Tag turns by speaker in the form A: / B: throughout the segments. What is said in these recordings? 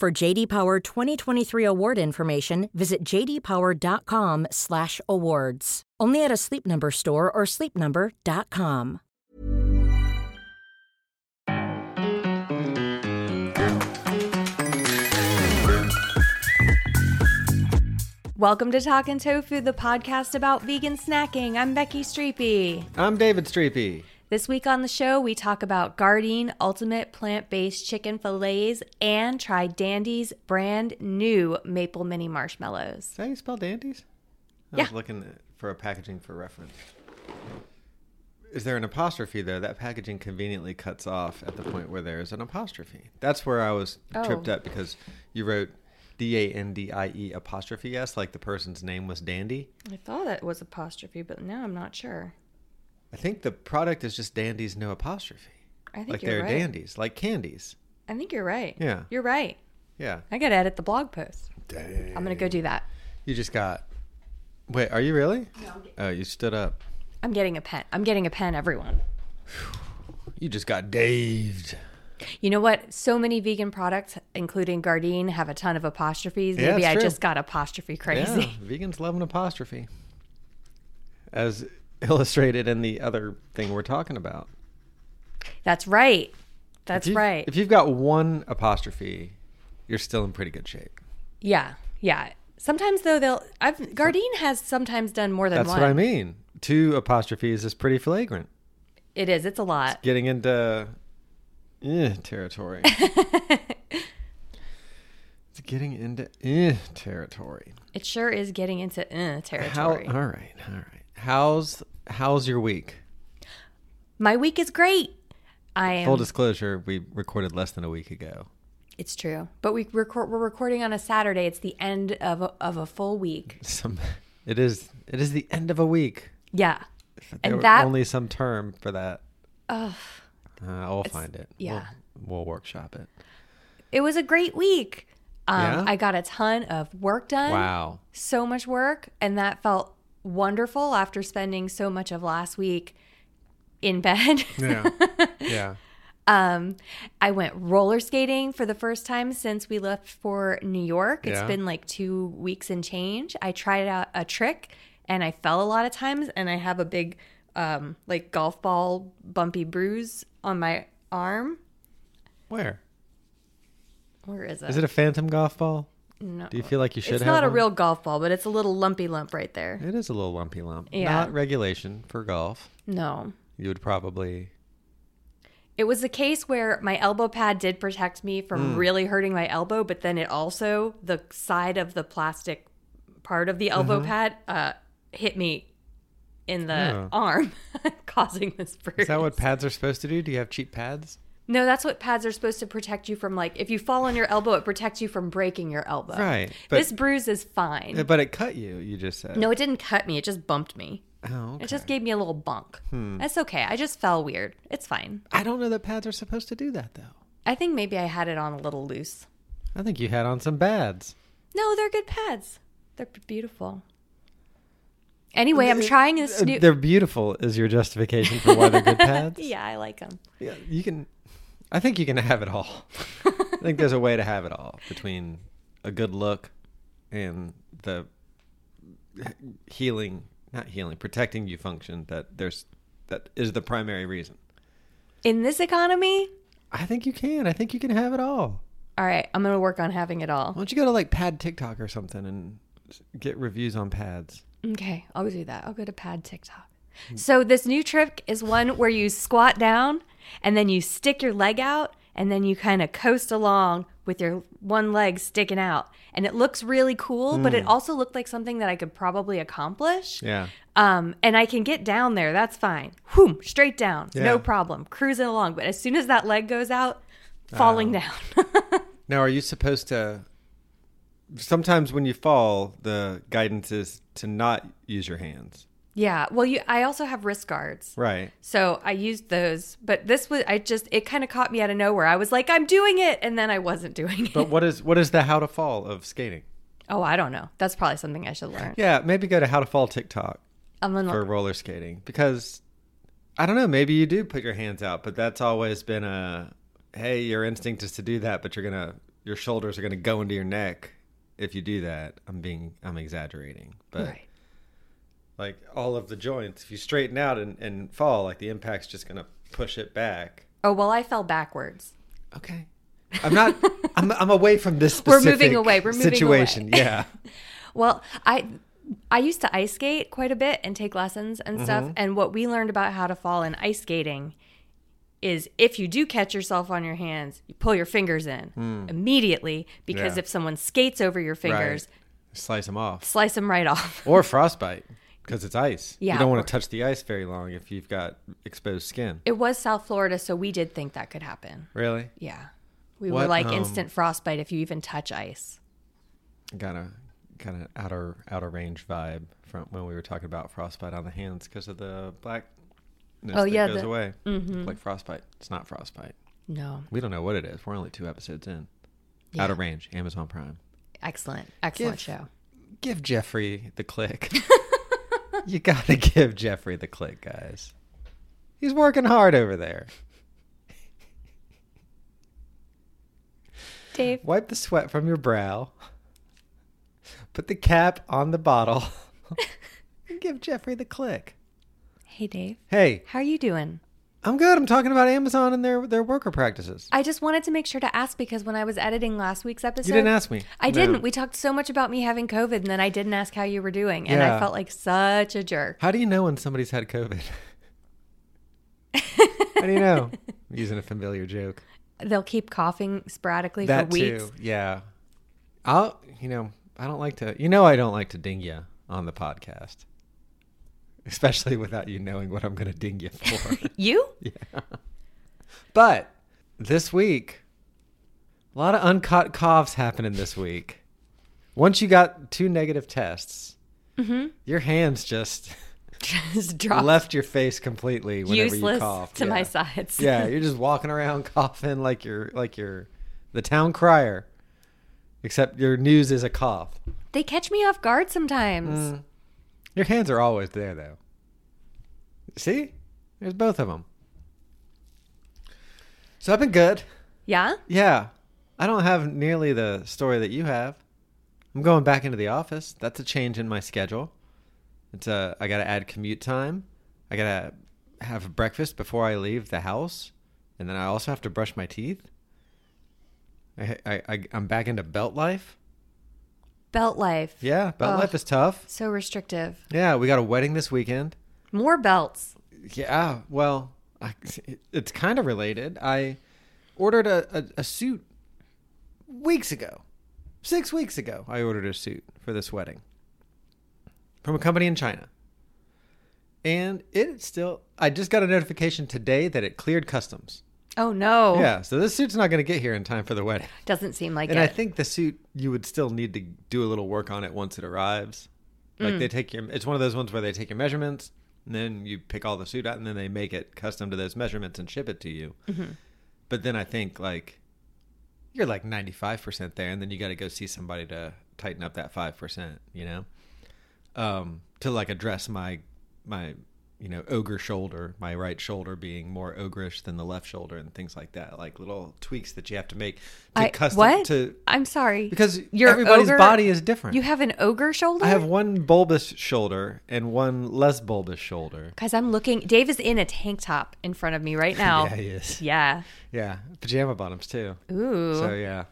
A: For JD Power 2023 award information, visit jdpower.com/awards. Only at a Sleep Number store or sleepnumber.com.
B: Welcome to Talkin' Tofu, the podcast about vegan snacking. I'm Becky Streepy.
C: I'm David Streepy.
B: This week on the show, we talk about Guardian Ultimate Plant Based Chicken Filets and try Dandy's brand new Maple Mini Marshmallows.
C: Is that how you spell dandies? I
B: Yeah.
C: was looking for a packaging for reference. Is there an apostrophe there? That packaging conveniently cuts off at the point where there is an apostrophe. That's where I was tripped
B: Oh.
C: up because you wrote D A N D I E apostrophe S like the person's name was Dandy.
B: I thought it was apostrophe, but now I'm not sure.
C: I think the product is just dandies, no apostrophe.
B: I think
C: Like
B: you're
C: they're
B: right.
C: dandies, like candies.
B: I think you're right.
C: Yeah.
B: You're right.
C: Yeah.
B: I got to edit the blog post. I'm going to go do that.
C: You just got. Wait, are you really? No. Oh, you stood up.
B: I'm getting a pen. I'm getting a pen, everyone.
C: You just got daved.
B: You know what? So many vegan products, including Gardein, have a ton of apostrophes.
C: Yeah,
B: Maybe
C: it's
B: I
C: true.
B: just got apostrophe crazy.
C: Yeah, vegans love an apostrophe, as illustrated in the other thing we're talking about.
B: That's right.
C: If
B: That's
C: you-
B: right.
C: If you've got one apostrophe, you're still in pretty good shape.
B: yeah. Yeah. Sometimes though they'll I've Gardein has sometimes done more than
C: That's
B: one.
C: what I mean. Two apostrophes is pretty flagrant.
B: It is. It's a lot.
C: Getting into eh, territory. it's getting into eh, territory.
B: It sure is getting into uh,
C: How? All
B: territory.
C: right, all right. How's how's your week?
B: My week is great. I am.
C: Full disclosure: we recorded less than a week ago.
B: It's true. But we record we're recording on a Saturday. It's the end of a, of a full week.
C: Some, it is it is the end of a week.
B: Yeah.
C: There
B: And
C: were
B: that
C: only some term for that.
B: Ugh.
C: Uh, I'll find it.
B: yeah.
C: We'll, we'll workshop it.
B: it was a great week. Um,
C: Yeah?
B: I got a ton of work done.
C: Wow.
B: So much work. And that felt wonderful after spending so much of last week in bed.
C: Yeah. yeah.
B: um, I went roller skating for the first time since we left for New York. It's
C: Yeah.
B: been like two weeks and change. I tried out a trick and I fell a lot of times. And I have a big, um, like golf ball bumpy bruise on my arm.
C: Where?
B: Where is it?
C: Is it a phantom golf ball?
B: no.
C: Do you feel like you should
B: Uh, it's
C: have
B: not a
C: one?
B: real golf ball, but it's a little lumpy lump right there.
C: It is a little lumpy lump.
B: Yeah.
C: Not regulation for golf.
B: No.
C: You would probably.
B: It was a case where my elbow pad did protect me from
C: Hmm.
B: really hurting my elbow, but then it also, the side of the plastic part of the elbow
C: Mm-hmm.
B: pad uh, hit me in the
C: Oh.
B: arm, causing this bruise.
C: Is that what pads are supposed to do? Do you have cheap pads?
B: No, that's what pads are supposed to protect you from. Like, if you fall on your elbow, it protects you from breaking your elbow.
C: Right, but-
B: this bruise is fine.
C: Yeah, But it cut you. You just said.
B: no, it didn't cut me. It just bumped me.
C: Oh, okay. Hmm.
B: It just gave me a little bump. That's okay. I just fell weird. It's fine.
C: I don't know that pads are supposed to do that though.
B: I think maybe I had it on a little loose.
C: I think you had on some pads.
B: No, they're good pads. They're beautiful. Anyway, I'm trying this
C: Uh,
B: new.
C: They're beautiful. Is your justification for why they're good pads?
B: Yeah, I like them.
C: Yeah, you can. I think you can have it all. I think there's a way to have it all between a good look and the healing, not healing, protecting you function that there's that is the primary reason.
B: In this economy,
C: I think you can. I think you can have it all.
B: All right, I'm gonna work on having it all.
C: Why don't you go to like Pad TikTok or something and s- get reviews on pads?
B: Okay, I'll do that. I'll go to pad TikTok. So this new trick is one where you squat down and then you stick your leg out and then you kind of coast along with your one leg sticking out. And it looks really cool, but it also looked like something that I could probably accomplish.
C: Hmm. Yeah.
B: Um, and I can get down there. That's fine. Whoom, straight down.
C: Yeah.
B: No problem. Cruising along. But as soon as that leg goes out,
C: Oh.
B: falling down.
C: Now, are you supposed to? Sometimes when you fall, the guidance is to not use your hands.
B: yeah. Well, you I also have wrist guards.
C: Right.
B: So I used those, but this was I just it kind of caught me out of nowhere. I was like, I'm doing it, and then I wasn't doing it.
C: But what is what is the how to fall of skating?
B: oh, I don't know. That's probably something I should learn.
C: Yeah, maybe go to how to fall TikTok
B: I'm gonna,
C: for roller skating because I don't know. Maybe you do put your hands out, but that's always been a hey, your instinct is to do that, but you're gonna your shoulders are gonna go into your neck if you do that. I'm being I'm exaggerating, but
B: right.
C: like all of the joints, if you straighten out and, and fall, like the impact's just gonna push it back.
B: Oh well, I fell backwards.
C: Okay. I'm not. I'm, I'm away from this.
B: We're moving
C: Specific
B: away, we're moving away.
C: situation. Yeah.
B: Well, I I used to ice skate quite a bit and take lessons
C: Mm-hmm.
B: and stuff. And what we learned about how to fall in ice skating is if you do catch yourself on your hands, you pull your fingers in immediately because
C: Hmm. Yeah.
B: if someone skates over your fingers,
C: Slice them off,
B: slice them right off.
C: or frostbite because it's ice.
B: Yeah,
C: You don't
B: or-
C: want to touch the ice very long if you've got exposed skin.
B: It was South Florida, so we did think that could happen.
C: Really?
B: Yeah. We were
C: What,
B: like
C: um,
B: instant frostbite if you even touch ice.
C: Got a kind of outer outer range vibe from when we were talking about frostbite on the hands because of the black.
B: Oh, yeah,
C: goes
B: the- Mm-hmm.
C: away like frostbite. It's not frostbite.
B: No.
C: We don't know what it is. We're only two episodes in.
B: Yeah.
C: Outer range, Amazon Prime.
B: Excellent. Excellent
C: Give-
B: show.
C: give Jeffrey the click. you gotta give Jeffrey the click, guys. He's working hard over there.
B: Dave.
C: Wipe the sweat from your brow. Put the cap on the bottle. and give Jeffrey the click.
B: Hey Dave.
C: Hey,
B: How are you doing?
C: I'm good. I'm talking about Amazon and their their worker practices.
B: I just wanted to make sure to ask because when I was editing last week's episode
C: You didn't ask me.
B: I
C: No.
B: didn't. We talked so much about me having COVID and then I didn't ask how you were doing and I
C: Yeah.
B: felt like such a jerk.
C: How do you know when somebody's had COVID? How do you know? I'm using a familiar joke.
B: They'll keep coughing sporadically
C: that
B: for weeks.
C: too. Yeah. I'll you know, I don't like to you know I don't like to ding you on the podcast. Especially without you knowing what I'm gonna ding you for.
B: You?
C: but this week a lot of uncaught coughs happening this week. Once you got two negative tests,
B: Mm-hmm.
C: your hands just
B: just dropped
C: left your face completely whenever you
B: useless
C: coughed.
B: to my
C: Yeah.
B: sides.
C: Yeah, you're just walking around coughing like you're like you're the town crier. Except your news is a cough.
B: They catch me off guard sometimes.
C: Mm. Your hands are always there though. See? There's both of them. So I've been good.
B: Yeah?
C: Yeah. I don't have nearly the story that you have. I'm going back into the office. That's a change in my schedule. It's uh, I got to add commute time. I got to have breakfast before I leave the house, and then I also have to brush my teeth. I, I, I I'm back into belt life.
B: Belt life.
C: Yeah, belt
B: Ugh.
C: life is tough.
B: So restrictive.
C: Yeah, we got a wedding this weekend.
B: More belts.
C: Yeah, well, I, it's kind of related. I ordered a, a, a suit weeks ago. Six weeks ago, I ordered a suit for this wedding from a company in China. And it still, I just got a notification today that it cleared customs.
B: Oh no.
C: Yeah, so this suit's not going to get here in time for the wedding.
B: Doesn't seem like
C: And
B: it.
C: I think the suit you would still need to do a little work on it once it arrives. Like
B: Mm.
C: they take your it's one of those ones where they take your measurements and then you pick all the suit out and then they make it custom to those measurements and ship it to you.
B: Mm-hmm.
C: But then I think like you're like 95% there and then you got to go see somebody to tighten up that 5%, you know? Um to like address my my you know, ogre shoulder, my right shoulder being more ogreish than the left shoulder and things like that, like little tweaks that you have to make to
B: I,
C: custom
B: what?
C: to
B: I'm sorry.
C: because
B: Your
C: everybody's
B: ogre-
C: body is different.
B: You have an ogre shoulder?
C: I have one bulbous shoulder and one less bulbous shoulder.
B: Because I'm looking. Dave is in a tank top in front of me right now.
C: Yeah, he is.
B: Yeah.
C: Yeah, pajama bottoms too.
B: Ooh.
C: So yeah,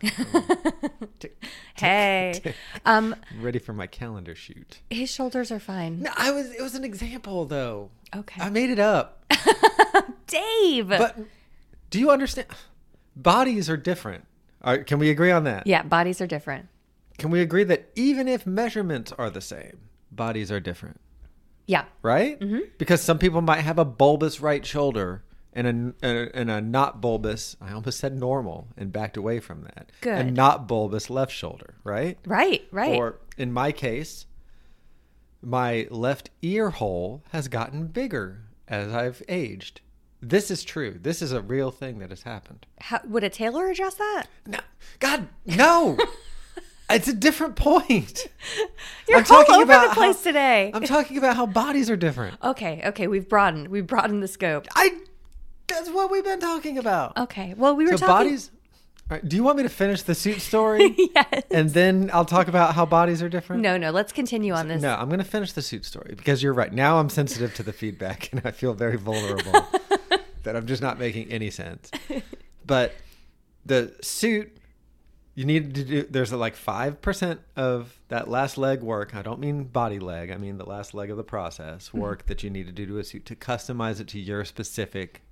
B: hey. um,
C: I'm ready for my calendar shoot.
B: his shoulders are fine.
C: No, I was. It was an example though.
B: Okay.
C: I made it up.
B: Dave.
C: But do you understand? Bodies are different. All right, can we agree on that?
B: yeah, bodies are different.
C: Can we agree that even if measurements are the same, bodies are different,
B: Yeah.
C: right?
B: Mm-hmm.
C: Because some people might have a bulbous right shoulder and a, a- and a not bulbous, I almost said normal and backed away from that.
B: Good.
C: A not bulbous left shoulder, right?
B: Right. Right.
C: Or in my case, my left ear hole has gotten bigger as I've aged. This is true. This is a real thing that has happened.
B: How, would a tailor address that?
C: No, God, no. it's a different point.
B: You're
C: I'm talking
B: all over
C: about
B: the place
C: how-
B: today.
C: I'm talking about how bodies are different.
B: okay. Okay. We've broadened. We've broadened the scope.
C: I. That's what we've been talking about.
B: Okay. Well, Oh, we were
C: so
B: talking.
C: bodies. All right, do you want me to finish the suit story?
B: yes.
C: And then I'll talk about how bodies are different.
B: No. No. Let's continue on this.
C: No, I'm going to finish the suit story because you're right. Now I'm sensitive to the feedback and I feel very vulnerable that I'm just not making any sense. But the suit, you need to do, there's like 5% of that last leg work. I don't mean body leg, I mean the last leg of the process work that you need to do to a suit to customize it to your specific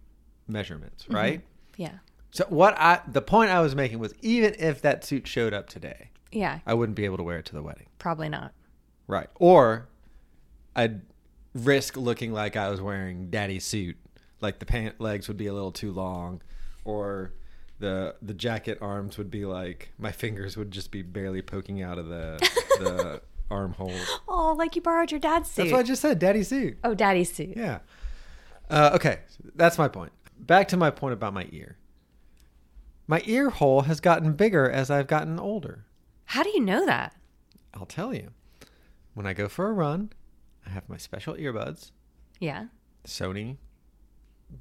C: measurements, right?
B: Yeah.
C: So, what I, the point I was making was even if that suit showed up today,
B: Yeah.
C: I wouldn't be able to wear it to the wedding.
B: Probably not.
C: Right. Or I'd risk looking like I was wearing daddy's suit. Like the pant legs would be a little too long or the the jacket arms would be like my fingers would just be barely poking out of the the armholes.
B: Oh, like you borrowed your dad's suit.
C: That's what I just said, daddy's suit.
B: oh, daddy's suit.
C: Yeah. Uh, okay, that's my point. Back to my point about my ear. My ear hole has gotten bigger as I've gotten older.
B: How do you know that?
C: I'll tell you. When I go for a run, I have my special earbuds.
B: Yeah.
C: Sony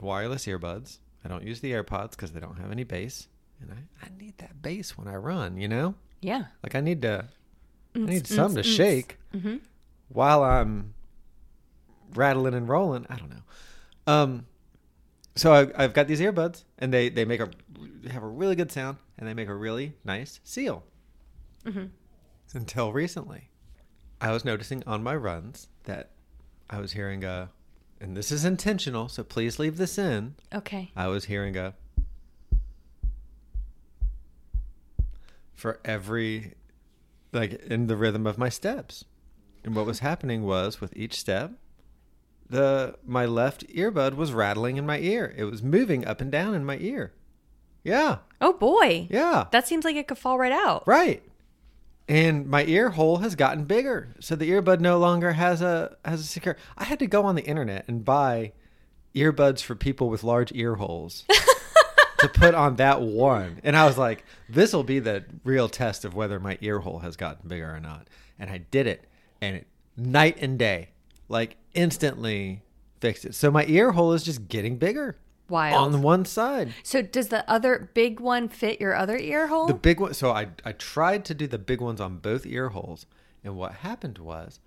C: wireless earbuds. I don't use the AirPods because they don't have any bass, and I, I need that bass when I run. You know,
B: Yeah.
C: like I need to, I need some to shake while I'm rattling and rolling. I don't know. Um, so I, I've got these earbuds, and they they make a they have a really good sound, and they make a really nice seal. Until recently, I was noticing on my runs that I was hearing a, and this is intentional, so please leave this in.
B: Okay.
C: I was hearing a for every like in the rhythm of my steps. And what was happening was with each step, the my left earbud was rattling in my ear. It was moving up and down in my ear. Yeah.
B: Oh boy.
C: Yeah.
B: That seems like it could fall right out.
C: Right. And my ear hole has gotten bigger. So the earbud no longer has a has a secure. I had to go on the internet and buy earbuds for people with large ear holes to put on that one. And I was like, this will be the real test of whether my ear hole has gotten bigger or not. And I did it and it night and day, like instantly fixed it. So my ear hole is just getting bigger
B: Wild.
C: on one side.
B: so does the other big one fit your other ear hole?
C: The big one. So I I tried to do the big ones on both ear holes, and what happened was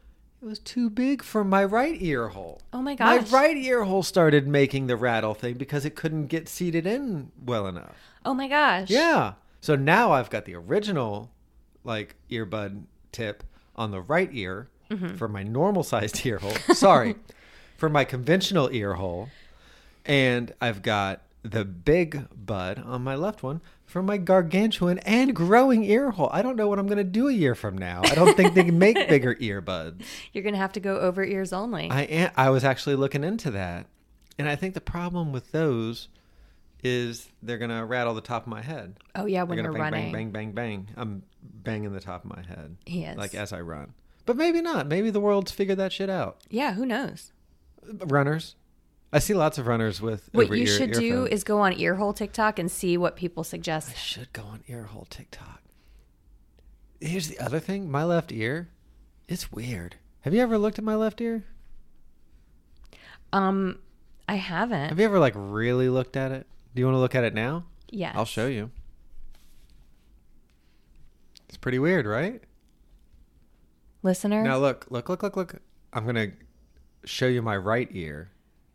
C: it was too big for my right ear hole.
B: Oh my gosh.
C: My right ear hole started making the rattle thing because it couldn't get seated in well enough.
B: oh my gosh.
C: Yeah. So now I've got the original like earbud tip on the right ear for my normal sized ear hole. Sorry. for my conventional ear hole. And I've got the big bud on my left one for my gargantuan and growing ear hole. I don't know what I'm going to do a year from now. I don't think they can make bigger earbuds.
B: You're gonna have to go over ears only.
C: I am, I was actually looking into that, and I think the problem with those is they're gonna rattle the top of my head.
B: oh yeah, when
C: They're
B: you're
C: gonna bang,
B: running.
C: bang, bang, bang, bang. I'm banging the top of my head.
B: Yes.
C: Like as I run. But maybe not. Maybe the world's figured that shit out.
B: Yeah, who knows?
C: Runners. I see lots of runners with
B: What
C: over
B: you
C: ear
B: should do
C: earphones.
B: is go on earhole TikTok and see what people suggest.
C: I should go on earhole TikTok. Here's the other thing. My left ear, it's weird. Have you ever looked at my left ear?
B: Um, I haven't.
C: Have you ever like really looked at it? Do you want to look at it now?
B: yes.
C: I'll show you. It's pretty weird, right?
B: Listener,
C: Now look, look, look, look, look. I'm gonna show you my right ear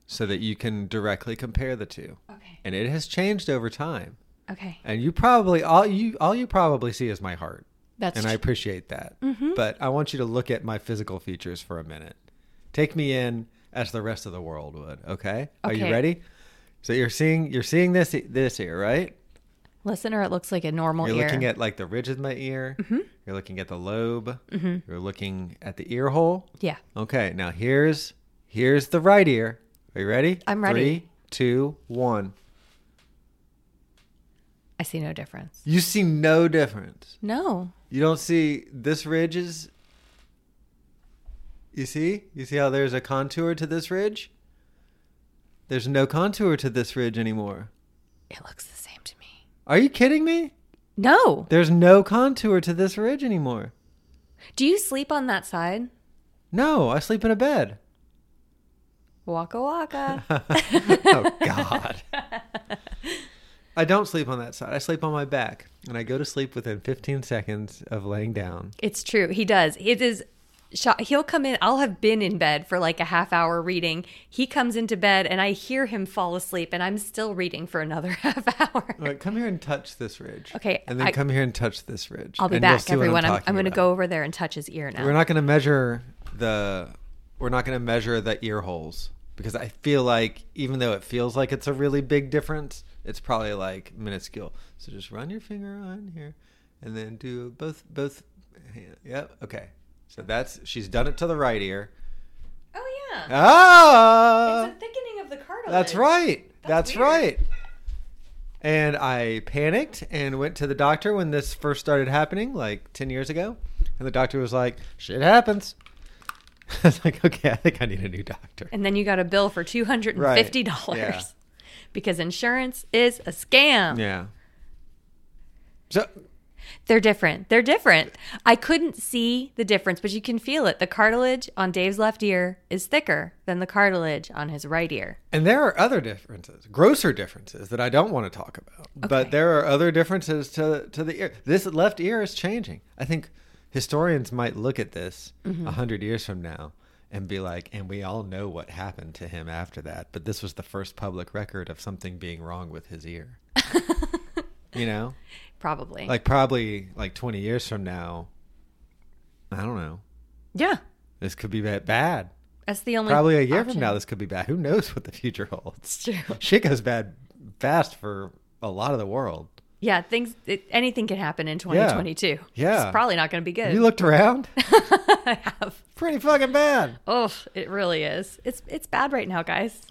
C: so that you can directly compare the two.
B: Okay.
C: And it has changed over time.
B: okay,
C: And you probably all you all you probably see is my heart.
B: That's
C: and I
B: tr-
C: appreciate that.
B: Mm-hmm.
C: But I want you to look at my physical features for a minute. Take me in as the rest of the world would. Okay. Are you
B: Okay.
C: ready? So you're seeing you're seeing this this ear, right?
B: listener, it looks like a normal
C: You're
B: ear. Mm-hmm.
C: looking at like the ridge of my ear. You're looking at the lobe. You're looking at the ear hole.
B: yeah,
C: Okay, now here's here's the right ear. Are you ready?
B: I'm ready.
C: Three, two, one.
B: I see no difference.
C: You see no difference.
B: No,
C: You don't see this ridge is. You see? You see how there's a contour to this ridge? There's no contour to this ridge anymore.
B: it looks the same to me.
C: Are you kidding me?
B: No.
C: There's no contour to this ridge anymore.
B: Do you sleep on that side?
C: No, I sleep in a bed.
B: Waka waka.
C: oh God. I don't sleep on that side. I sleep on my back, and I go to sleep within 15 seconds of laying down.
B: It's true. He does. It is. sho- He'll come in. I'll have been in bed for like a half hour reading. He comes into bed and I hear him fall asleep, and I'm still reading for another half hour.
C: All right, come here and touch this ridge.
B: Okay,
C: and then
B: I-
C: come here and touch this ridge.
B: I'll be
C: and you'll
B: back,
C: see what
B: everyone. I'm, I'm,
C: talking
B: going to
C: about.
B: go over there and touch his ear now.
C: We're not going to measure the. We're not going to measure the ear holes because I feel like even though it feels like it's a really big difference, it's probably like minuscule. So just run your finger on here, and then do both both. hand- Yep. Okay. So that's she's done it to the right ear.
B: oh yeah,
C: Ah,
B: it's a thickening of the cartilage.
C: that's right. That's,
B: weird.
C: right. And I panicked and went to the doctor when this first started happening, like ten years ago. And the doctor was like, "Shit happens." I was like, "Okay, I think I need a new doctor."
B: And then you got a bill for two hundred and fifty dollars
C: Yeah.
B: because insurance is a scam.
C: Yeah. So
B: They're different. They're different. I couldn't see the difference, but you can feel it. The cartilage on Dave's left ear is thicker than the cartilage on his right ear.
C: And there are other differences, grosser differences that I don't want to talk about. But there are other differences to to the ear. This left ear is changing. I think historians might look at this a 100 years from now and be like, and we all know what happened to him after that, but this was the first public record of something being wrong with his ear. you know?
B: Probably.
C: Like probably like 20 years from now, I don't know.
B: yeah.
C: This could be ba- bad.
B: That's the only
C: Probably a year
B: option.
C: from now this could be bad. Who knows what the future holds?
B: It's true.
C: shit goes bad fast for a lot of the world.
B: Yeah, things it, anything can happen in 2022.
C: Yeah.
B: It's probably not going to be
C: Have
B: good.
C: you looked around? Pretty fucking bad.
B: oh, it really is. It's it's bad right now, guys.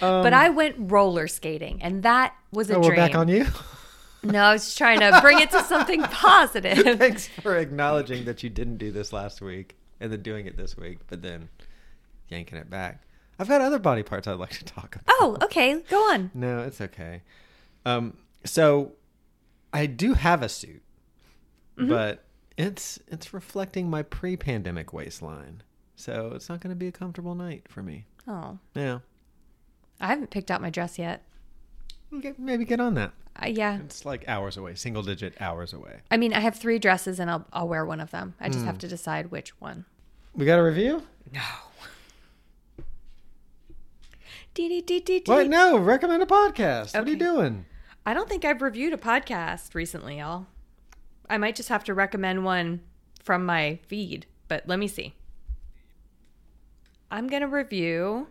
B: but I went roller skating and that was a
C: um, Oh,
B: dream.
C: we're back on you.
B: No, I was trying to bring it to something positive.
C: Thanks for acknowledging that you didn't do this last week and then doing it this week, but then yanking it back. I've got other body parts I'd like to talk about.
B: Oh, okay. Go on.
C: No, it's okay. Um, so I do have a suit,
B: Mm-hmm.
C: but it's it's reflecting my pre-pandemic waistline, so it's not going to be a comfortable night for me.
B: Oh,
C: Yeah.
B: I haven't picked out my dress yet.
C: Okay, maybe get on that.
B: Uh, yeah.
C: It's like hours away, single digit hours away.
B: I mean, I have three dresses and I'll, I'll wear one of them. I
C: Hmm.
B: just have to decide which one.
C: We got a review?
B: Dee, dee, dee, dee,
C: What?
B: dee.
C: No, recommend a podcast. What are you
B: Okay.
C: doing?
B: I don't think I've reviewed a podcast recently, y'all. I might just have to recommend one from my feed, but let me see. I'm going to review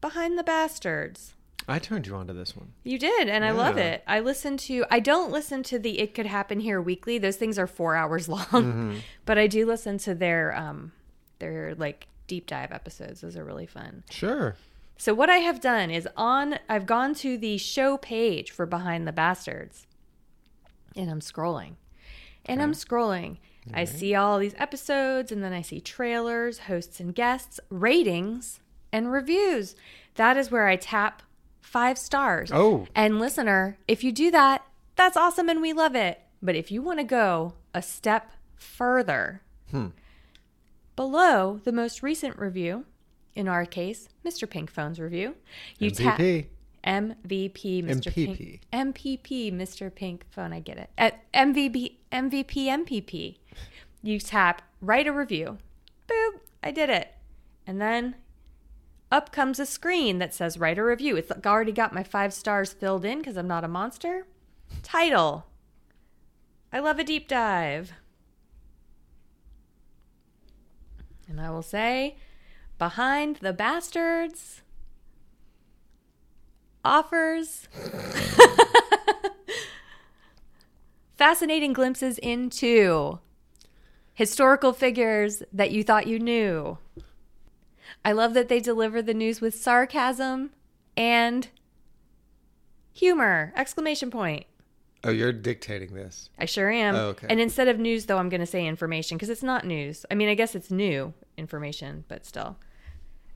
B: Behind the Bastards.
C: I turned you on to this one.
B: You did, and I love
C: Yeah.
B: it. I listen to I don't listen to the It Could Happen Here weekly. Those things are four hours long.
C: Mm-hmm.
B: But I do listen to their um their like deep dive episodes. Those are really fun.
C: Sure.
B: So what I have done is on I've gone to the show page for Behind the Bastards. And I'm scrolling. And I'm scrolling. I see all these episodes and then I see trailers, hosts and guests, ratings and reviews. That is where I tap 5 stars.
C: Oh.
B: And listener, if you do that, that's awesome and we love it. But if you want to go a step further, below the most recent review, in our case, Mr. Pink Phone's review. You tap
C: MVP.
B: MVP, Mr.
C: MPP.
B: Pink. MPP, Mr. Pink Phone. I get it. At MVP, MVP, MPP. You tap write a review. Boop, I did it. And then up comes a screen that says write a review. It's already got my five stars filled in because I'm not a monster. Title I love a deep dive. And I will say, Behind the Bastards offers fascinating glimpses into historical figures that you thought you knew. I love that they deliver the news with sarcasm and humor. Exclamation point.
C: Oh, you're dictating this.
B: I sure am.
C: Oh, okay.
B: And instead of news, though, I'm going to say information because it's not news. I mean, I guess it's new information, but still.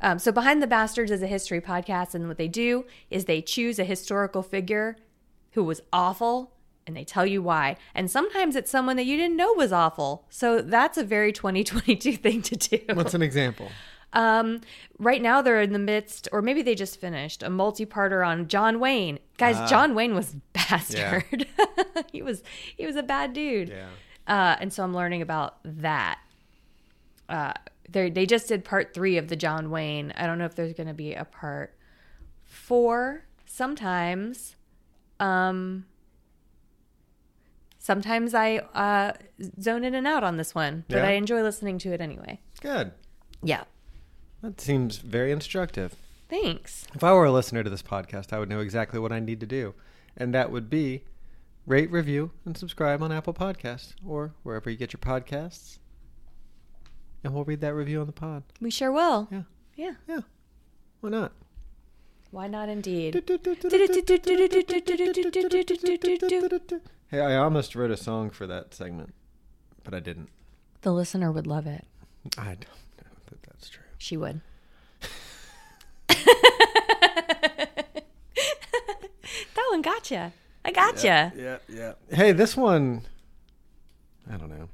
B: Um, so, Behind the Bastards is a history podcast, and what they do is they choose a historical figure who was awful and they tell you why. And sometimes it's someone that you didn't know was awful. So, that's a very 2022 thing to do.
C: What's an example?
B: Um, right now they're in the midst, or maybe they just finished a multi-parter on John Wayne. Guys,
C: Ah.
B: John Wayne was a bastard. he was he was a bad dude. Uh, and so I'm learning about that. Uh, they they just did part three of the John Wayne. I don't know if there's going to be a part four. Sometimes, um, sometimes I uh, zone in and out on this one, but
C: Yeah.
B: I enjoy listening to it anyway.
C: Good.
B: Yeah.
C: That seems very instructive.
B: Thanks.
C: If I were a listener to this podcast, I would know exactly what I need to do, and that would be rate, review, and subscribe on Apple Podcasts or wherever you get your podcasts. And we'll read that review on the pod.
B: We sure will.
C: Yeah.
B: Yeah.
C: Yeah. Why not?
B: Why not indeed?
C: Hey, I almost wrote a song for that segment, but I didn't.
B: The listener would love it.
C: I don't know that that's true.
B: She would. that one gotcha. I gotcha.
C: Yeah, yeah. Hey, this one. I don't know.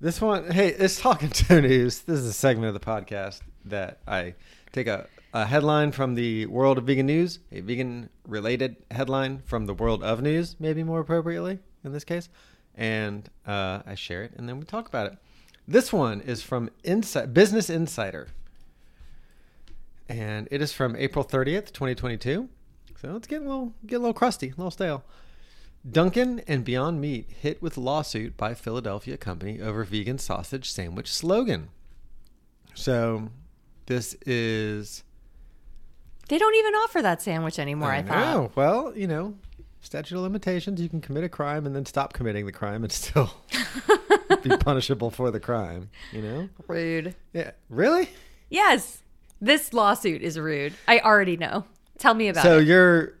C: This one. Hey, it's talking to news. This is a segment of the podcast that I take a, a headline from the world of vegan news, a vegan related headline from the world of news, maybe more appropriately in this case, and uh, I share it, and then we talk about it. This one is from Insight Business Insider, and it is from April thirtieth, twenty twenty two. So it's getting a little get a little crusty, a little stale. Duncan and Beyond Meat hit with lawsuit by Philadelphia company over vegan sausage sandwich slogan. So this is
B: They don't even offer that sandwich anymore, I, thought.
C: know. oh, Well, you know, statute of limitations, you can commit a crime and then stop committing the crime and still be punishable for the crime, you know?
B: Rude.
C: Yeah. Really?
B: Yes. This lawsuit is rude. I already know. Tell me about
C: so
B: it.
C: you're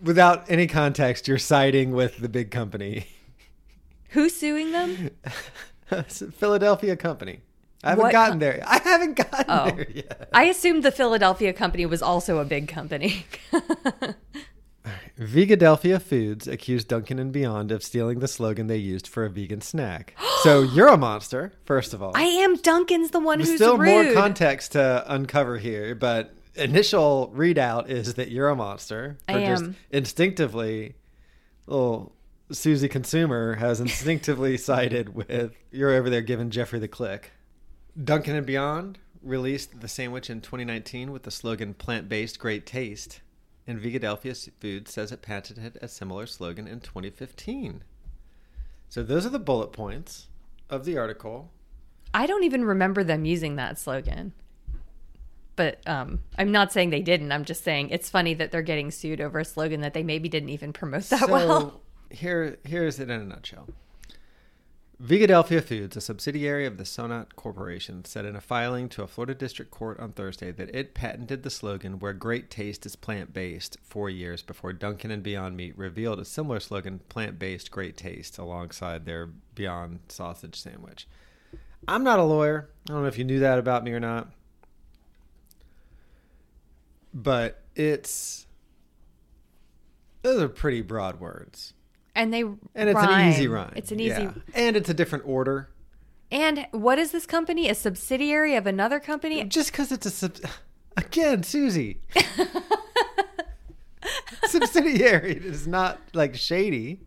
C: without any context, you're siding with the big company.
B: Who's suing them?
C: It's a Philadelphia company. I haven't
B: What
C: gotten there. I haven't gotten
B: Oh.
C: there yet.
B: I assumed the Philadelphia company was also a big company.
C: Vegadelphia Foods accused Duncan and Beyond of stealing the slogan they used for a vegan snack. so you're a monster, first of all.
B: I am Duncan's the one
C: There's
B: who's
C: still
B: rude.
C: more context to uncover here, but initial readout is that you're a monster.
B: I
C: for just
B: am.
C: instinctively, little Susie Consumer has instinctively sided with you're over there giving Jeffrey the click. Duncan and Beyond released the sandwich in 2019 with the slogan "Plant Based, Great Taste," and Vegadelphia Foods says it patented a similar slogan in 2015. So those are the bullet points of the article.
B: I don't even remember them using that slogan. But um, I'm not saying they didn't. I'm just saying it's funny that they're getting sued over a slogan that they maybe didn't even promote that well.
C: Here, here's it in a nutshell. Vegadelphia Foods, a subsidiary of the Sonat Corporation, said in a filing to a Florida district court on Thursday that it patented the slogan "Where great taste is plant-based" four years before Dunkin' and Beyond Meat revealed a similar slogan "Plant-based great taste" alongside their Beyond sausage sandwich. I'm not a lawyer. I don't know if you knew that about me or not, but it's those are pretty broad words.
B: And they
C: And it's an easy rhyme.
B: It's an easy.
C: Yeah. And it's a different order.
B: And what is this company? A subsidiary of another company?
C: Just because it's a sub- again, Susie. Subsidiary is not like shady.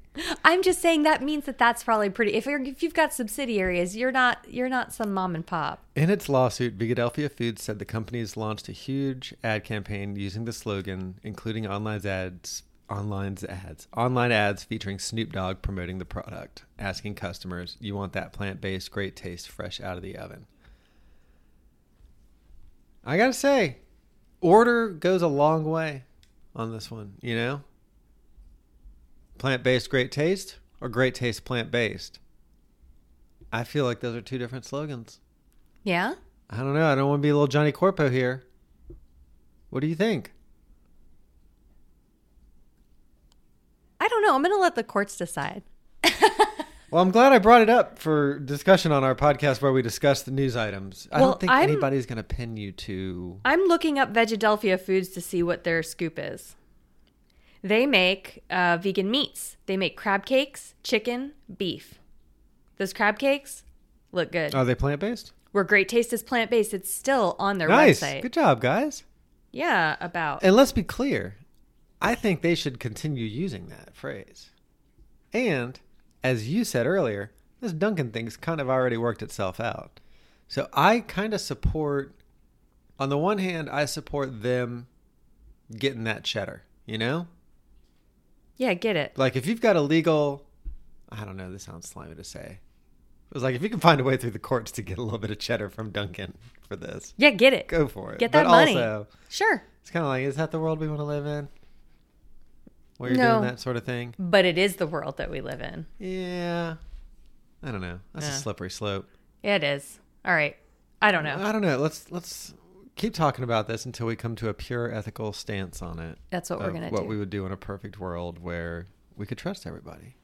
B: I'm just saying that means that that's probably pretty. If you're, if you've got subsidiaries, you're not you're not some mom and pop.
C: In its lawsuit, Philadelphia Foods said the company has launched a huge ad campaign using the slogan, including online ads, online ads, online ads featuring Snoop Dogg promoting the product, asking customers, "You want that plant-based, great taste, fresh out of the oven." I gotta say, order goes a long way on this one. You know, plant-based, great taste, or great taste, plant-based. I feel like those are two different slogans.
B: Yeah.
C: I don't know. I don't want to be a little Johnny Corpo here. What do you think?
B: I don't know. I'm going to let the courts decide.
C: Well, I'm glad I brought it up for discussion on our podcast where we discuss the news items. I
B: Well,
C: don't think
B: I'm-
C: anybody's going to pin you to.
B: I'm looking up Vegetadelphia Foods to see what their scoop is. They make uh, vegan meats. They make crab cakes, chicken, beef. Those crab cakes look good.
C: Are Oh, they plant based?
B: Where Great Taste is plant based, it's still on their
C: Nice.
B: website.
C: Good job, guys.
B: Yeah, about.
C: And let's be clear I think they should continue using that phrase. And as you said earlier, this Duncan thing's kind of already worked itself out. So I kind of support, on the one hand, I support them getting that cheddar, you know?
B: yeah, get it.
C: Like if you've got a legal, I don't know, this sounds slimy to say. It was like if you can find a way through the courts to get a little bit of cheddar from Duncan for this,
B: Yeah, get it.
C: go for it.
B: Get that
C: but
B: money.
C: also,
B: Sure.
C: it's kind of like, is that the world we want to live in? Where you're
B: No.
C: doing that sort of thing?
B: But it is the world that we live in.
C: Yeah. I don't know. That's
B: Yeah.
C: a slippery slope.
B: It is. All right. I don't know.
C: I don't know. Let's let's keep talking about this until we come to a pure ethical stance on it.
B: That's what we're
C: of
B: going to
C: What
B: do.
C: we would do in a perfect world where we could trust everybody.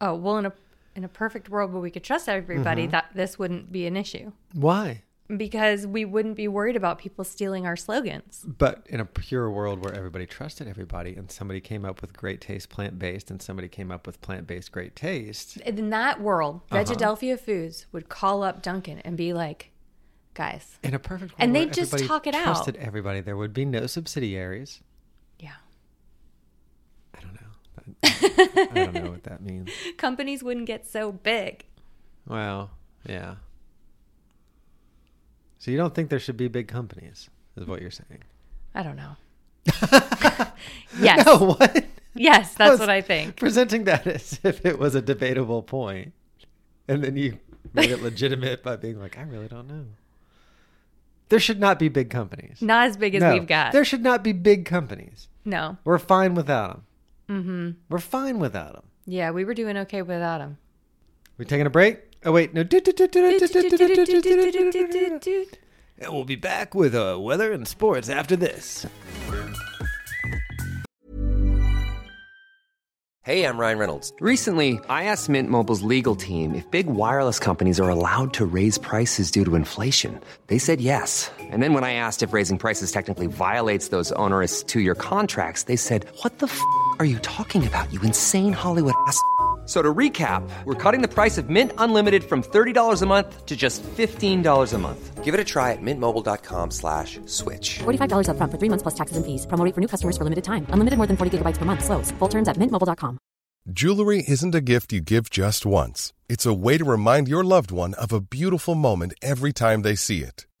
B: oh, well, in a, in a perfect world where we could trust everybody,
C: Mm-hmm.
B: that this wouldn't be an issue.
C: Why?
B: because we wouldn't be worried about people stealing our slogans.
C: But in a pure world where everybody trusted everybody and somebody came up with great taste plant based and somebody came up with plant based great taste,
B: In that world,
C: Uh-huh.
B: Vegetadelphia Foods would call up Duncan and be like, guys,
C: in a perfect world,
B: And
C: where
B: they'd just
C: everybody
B: talk it out.
C: trusted everybody, there would be no subsidiaries.
B: yeah,
C: I don't know. I- I don't know what that means.
B: companies wouldn't get so big.
C: Well, yeah. So you don't think there should be big companies, is what you're saying?
B: I don't know. yes.
C: No, what?
B: Yes, that's
C: was-
B: what I think.
C: Presenting that as if it was a debatable point, and then you made it legitimate by being like, "I really don't know." There should not be big companies.
B: Not as big as we've got.
C: There should not be big companies.
B: no.
C: We're fine without them. Mm-hmm. We're fine without them.
B: Yeah, we were doing okay without him.
C: We taking a break? Oh wait, no. And we'll be back with uh, weather and sports after this.
D: Hey, I'm Ryan Reynolds. Recently, I asked Mint Mobile's legal team if big wireless companies are allowed to raise prices due to inflation. They said yes. And then when I asked if raising prices technically violates those onerous two year contracts, they said, What the f are you talking about, you insane Hollywood ass? f- So to recap, we're cutting the price of Mint Unlimited from $30 a month to just $15 a month.
E: Give it a try at mintmobile.com slash switch.
F: $45 upfront for three months plus taxes and fees. Promo rate for new customers for limited time. Unlimited more than 40 gigabytes per month. Slows. Full terms at mintmobile.com.
G: Jewelry isn't a gift you give just once. It's a way to remind your loved one of a beautiful moment every time they see it.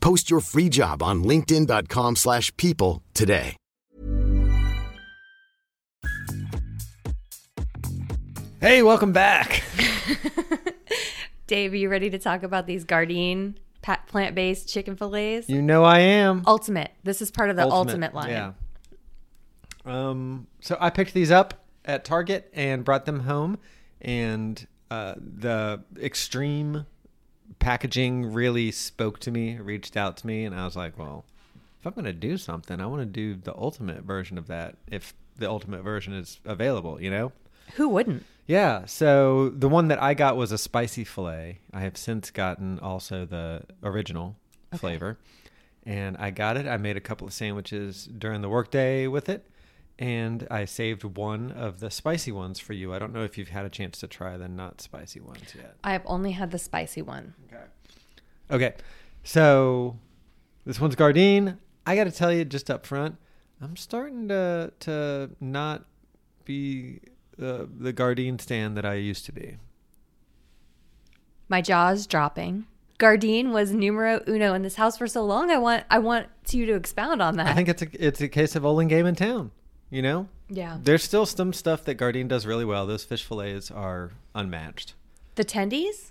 H: Post your free job on linkedin.com/people slash people today.
C: Hey, welcome back.
B: Dave, are you ready to talk about these Guardian pat- plant-based chicken fillets?
C: You know I am.
B: Ultimate. This is part of the ultimate, line.
C: Yeah. Um, so I picked these up at Target and brought them home, and uh, the extreme packaging really spoke to me, reached out to me, and I was like, well, if I'm going to do something, I want to do the ultimate version of that. If the ultimate version is available, you know.
B: Who wouldn't?
C: Yeah. So the one that I got was a spicy filet. I have since gotten also the original flavor. And I got it. I made a couple of sandwiches during the workday with it. And I saved one of the spicy ones for you. I don't know if you've had a chance to try the not spicy ones yet.
B: I have only had the spicy one.
C: Okay. So this one's Gardein. I got to tell you just up front, I'm starting to to not be the the Gardein stand that I used to be.
B: My jaw's dropping. Gardein was numero uno in this house for so long. I want I want you to expound on that.
C: I think it's a it's a case of Olin game in town. You know,
B: yeah.
C: there's still some stuff that Gardein does really well. Those fish fillets are unmatched.
B: The tendies?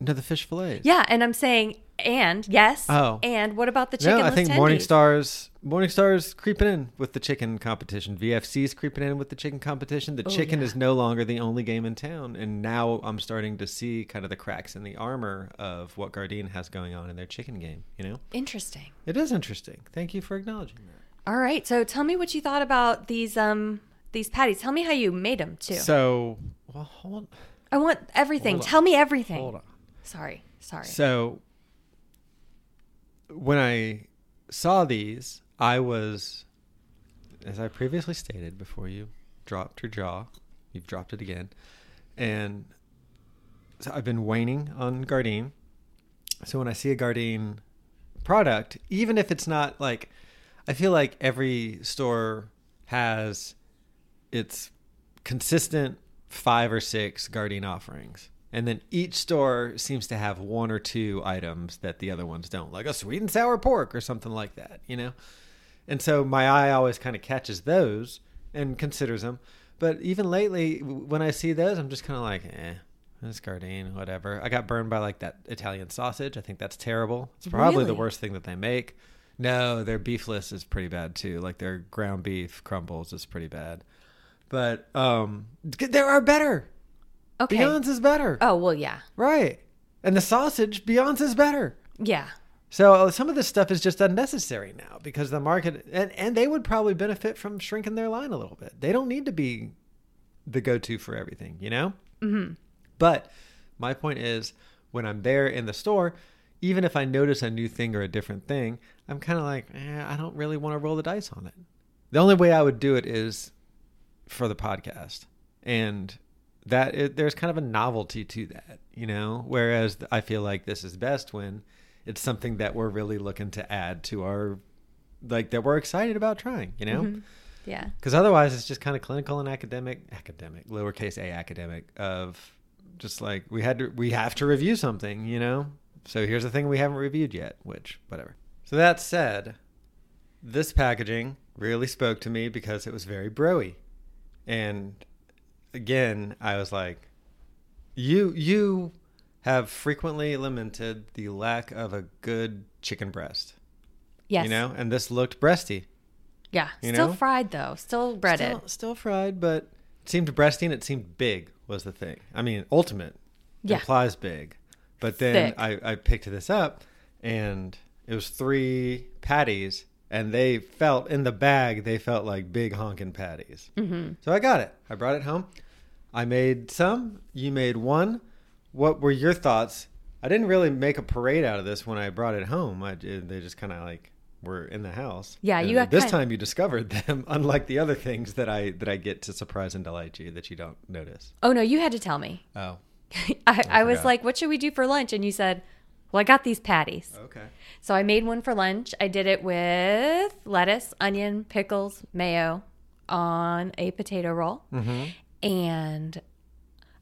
C: No, the fish fillets.
B: Yeah, and I'm saying and yes.
C: Oh.
B: And what about the chicken?
C: No, I think
B: tendies?
C: Morningstar's Morningstar's creeping in with the chicken competition. VFC's creeping in with the chicken competition.
B: Oh,
C: The chicken is no longer the only game in town, and now I'm starting to see kind of the cracks in the armor of what Gardein has going on in their chicken game. You know,
B: Interesting.
C: it is interesting. Thank you for acknowledging that.
B: All right. So tell me what you thought about these um these patties. Tell me how you made them too.
C: So, well, hold,
B: I want everything.
C: Hold on.
B: Tell me everything.
C: hold on.
B: Sorry. Sorry.
C: So when I saw these, I was, as I previously stated before you dropped your jaw, you've dropped it again. And so I've been waning on Gardein. So when I see a Gardein product, even if it's not like, I feel like every store has its consistent five or six Guardian offerings. And then each store seems to have one or two items that the other ones don't, like a sweet and sour pork or something like that, you know? And so my eye always kind of catches those and considers them. But even lately, w- when I see those, I'm just kind of like, eh, this Gardein, whatever. I got burned by like that Italian sausage. I think that's terrible. It's probably the
B: Really?
C: worst thing that they make. No, their beefless is pretty bad too. Like their ground beef crumbles is pretty bad. But um there are better.
B: okay.
C: Beyond's is better.
B: oh well, yeah,
C: Right. And the sausage, Beyond's is better.
B: yeah.
C: So uh, some of this stuff is just unnecessary now because the market and, and they would probably benefit from shrinking their line a little bit. They don't need to be the go-to for everything, you know? Mm-hmm. But my point is when I'm there in the store, even if I notice a new thing or a different thing, I'm kind of like, eh, I don't really want to roll the dice on it. The only way I would do it is for the podcast and that it, there's kind of a novelty to that you know whereas th- i feel like this is best when it's something that we're really looking to add to our like that we're excited about trying you know
B: Yeah.
C: because otherwise it's just kind of clinical and academic academic lowercase a academic of just like we had to we have to review something you know so here's the thing we haven't reviewed yet which whatever so that said this packaging really spoke to me because it was very broy and again i was like you you have frequently lamented the lack of a good chicken breast
B: Yes.
C: you know and this looked breasty
B: Yeah.
C: you
B: still
C: know?
B: fried though. Still breaded.
C: Still, still fried, but it seemed breasting. It seemed big was the thing. I mean, ultimate
B: Yeah.
C: implies big, but then
B: Thick.
C: I, I picked this up, and it was three patties, and they felt in the bag they felt like big honking patties. Mm-hmm. So I got it. I brought it home. I made some. You made one. What were your thoughts? I didn't really make a parade out of this when I brought it home. I, they eh, just kind of like were in the house.
B: Yeah,
C: And
B: you got
C: this
B: kind-
C: time you discovered them, unlike the other things that I that I get to surprise and delight you that you don't notice.
B: Oh no, you had to tell me.
C: Oh,
B: I, I was
C: forgot.
B: like, "What should we do for lunch?" And you said, "Well, I got these patties."
C: okay.
B: So I made one for lunch. I did it with lettuce, onion, pickles, mayo on a potato roll.
C: Mm-hmm.
B: And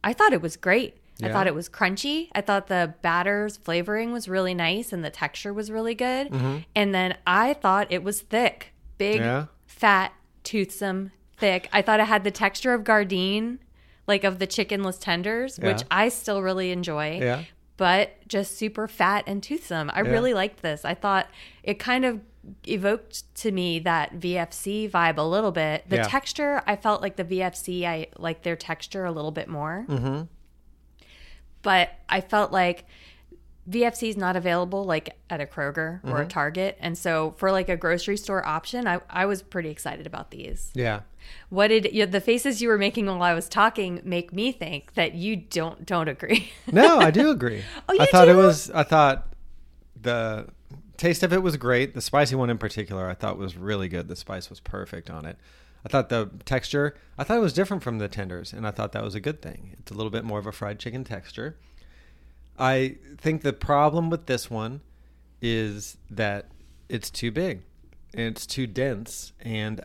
B: I thought it was great. I
C: Yeah.
B: thought it was crunchy. I thought the batter's flavoring was really nice and the texture was really good. And then I thought it was thick, big,
C: Mm-hmm. Yeah.
B: fat, toothsome, thick. I thought it had the texture of Gardein, like of the chickenless tenders, which
C: Yeah.
B: I still really enjoy
C: Yeah.
B: but just super fat and toothsome. I really liked this. I thought it kind of evoked to me that VFC vibe a little bit. The
C: Yeah.
B: texture, I felt like the VFC, I like their texture a little bit more. Mm-hmm. But I felt like VFC is not available like at a Kroger or a Target. And so for like a grocery store option, I, I was pretty excited about these.
C: Yeah.
B: What did you, the faces you were making while I was talking make me think that you don't don't agree?
C: No, I do agree.
B: Oh, you
C: I thought
B: do?
C: it was. I thought the taste of it was great. The spicy one in particular, I thought was really good. The spice was perfect on it. I thought the texture. I thought it was different from the tenders, and I thought that was a good thing. It's a little bit more of a fried chicken texture. I think the problem with this one is that it's too big and it's too dense. And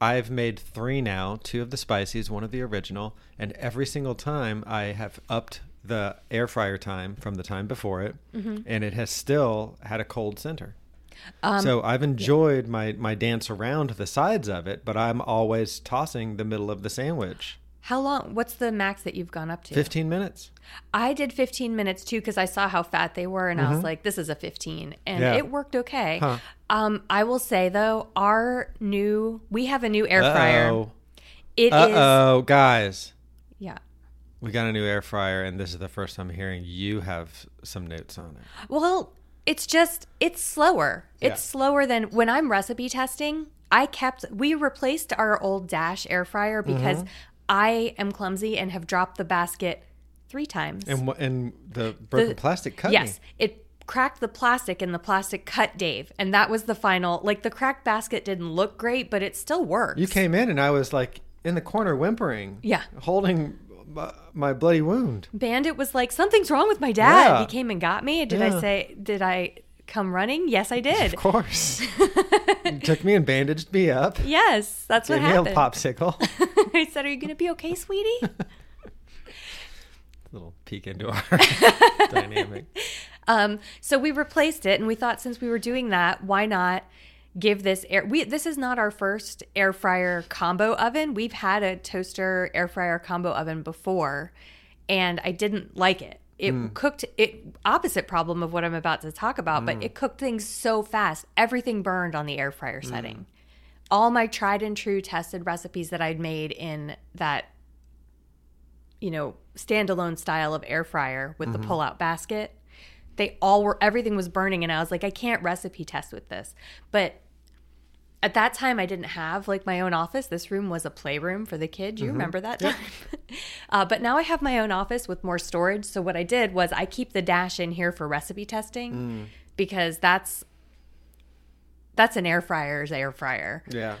C: I've made three now two of the spices, one of the original. And every single time I have upped the air fryer time from the time before it,
B: Mm-hmm.
C: and it has still had a cold center.
B: Um,
C: so I've enjoyed my, my dance around the sides of it, but I'm always tossing the middle of the sandwich.
B: How long? What's the max that you've gone up to?
C: 15 minutes.
B: I did 15 minutes too because I saw how fat they were and I was like, this is a 15. And
C: Mm-hmm. Yeah.
B: it worked okay. Um, I will say though, our new, we have a new air fryer.
C: Uh-oh.
B: It is
C: Uh-oh, guys.
B: yeah.
C: We got a new air fryer, and this is the first time hearing you have some notes on it.
B: Well, it's just, it's slower. It's
C: Yeah.
B: slower than when I'm recipe testing. I kept, we replaced our old Dash air fryer because
C: Mm-hmm.
B: I am clumsy and have dropped the basket three times.
C: And wh- and the broken plastic cut
B: yes,
C: me.
B: it cracked the plastic and the plastic cut Dave, and that was the final. Like the cracked basket didn't look great, but it still worked.
C: You came in, and I was like in the corner whimpering.
B: Yeah.
C: holding my, my bloody wound.
B: Bandit was like, "Something's wrong with my dad."
C: Yeah.
B: He came and got me. Did I
C: Yeah.
B: say? Did I come running? Yes, I
C: Of
B: did.
C: course, You took me and bandaged me up.
B: Yes, that's what
C: Gave me a
B: happened.
C: popsicle.
B: I said, "Are you going to be okay, sweetie?"
C: Little peek into our dynamic.
B: So we replaced it, and we thought since we were doing that, why not give this air? We this is not our first air fryer combo oven. We've had a toaster air fryer combo oven before, and I didn't like it. It cooked it opposite problem of what I'm about to talk about, but it cooked things so fast. Everything burned on the air fryer setting. All my tried and true tested recipes that I'd made in that you know, standalone style of air fryer with the pull out basket. They all were, everything was burning. And I was like, I can't recipe test with this. But at that time, I didn't have like my own office. This room was a playroom for the kids. You remember that time? uh, but now I have my own office with more storage. So what I did was I keep the dash in here for recipe testing because that's. That's an air fryer's air fryer.
C: Yeah,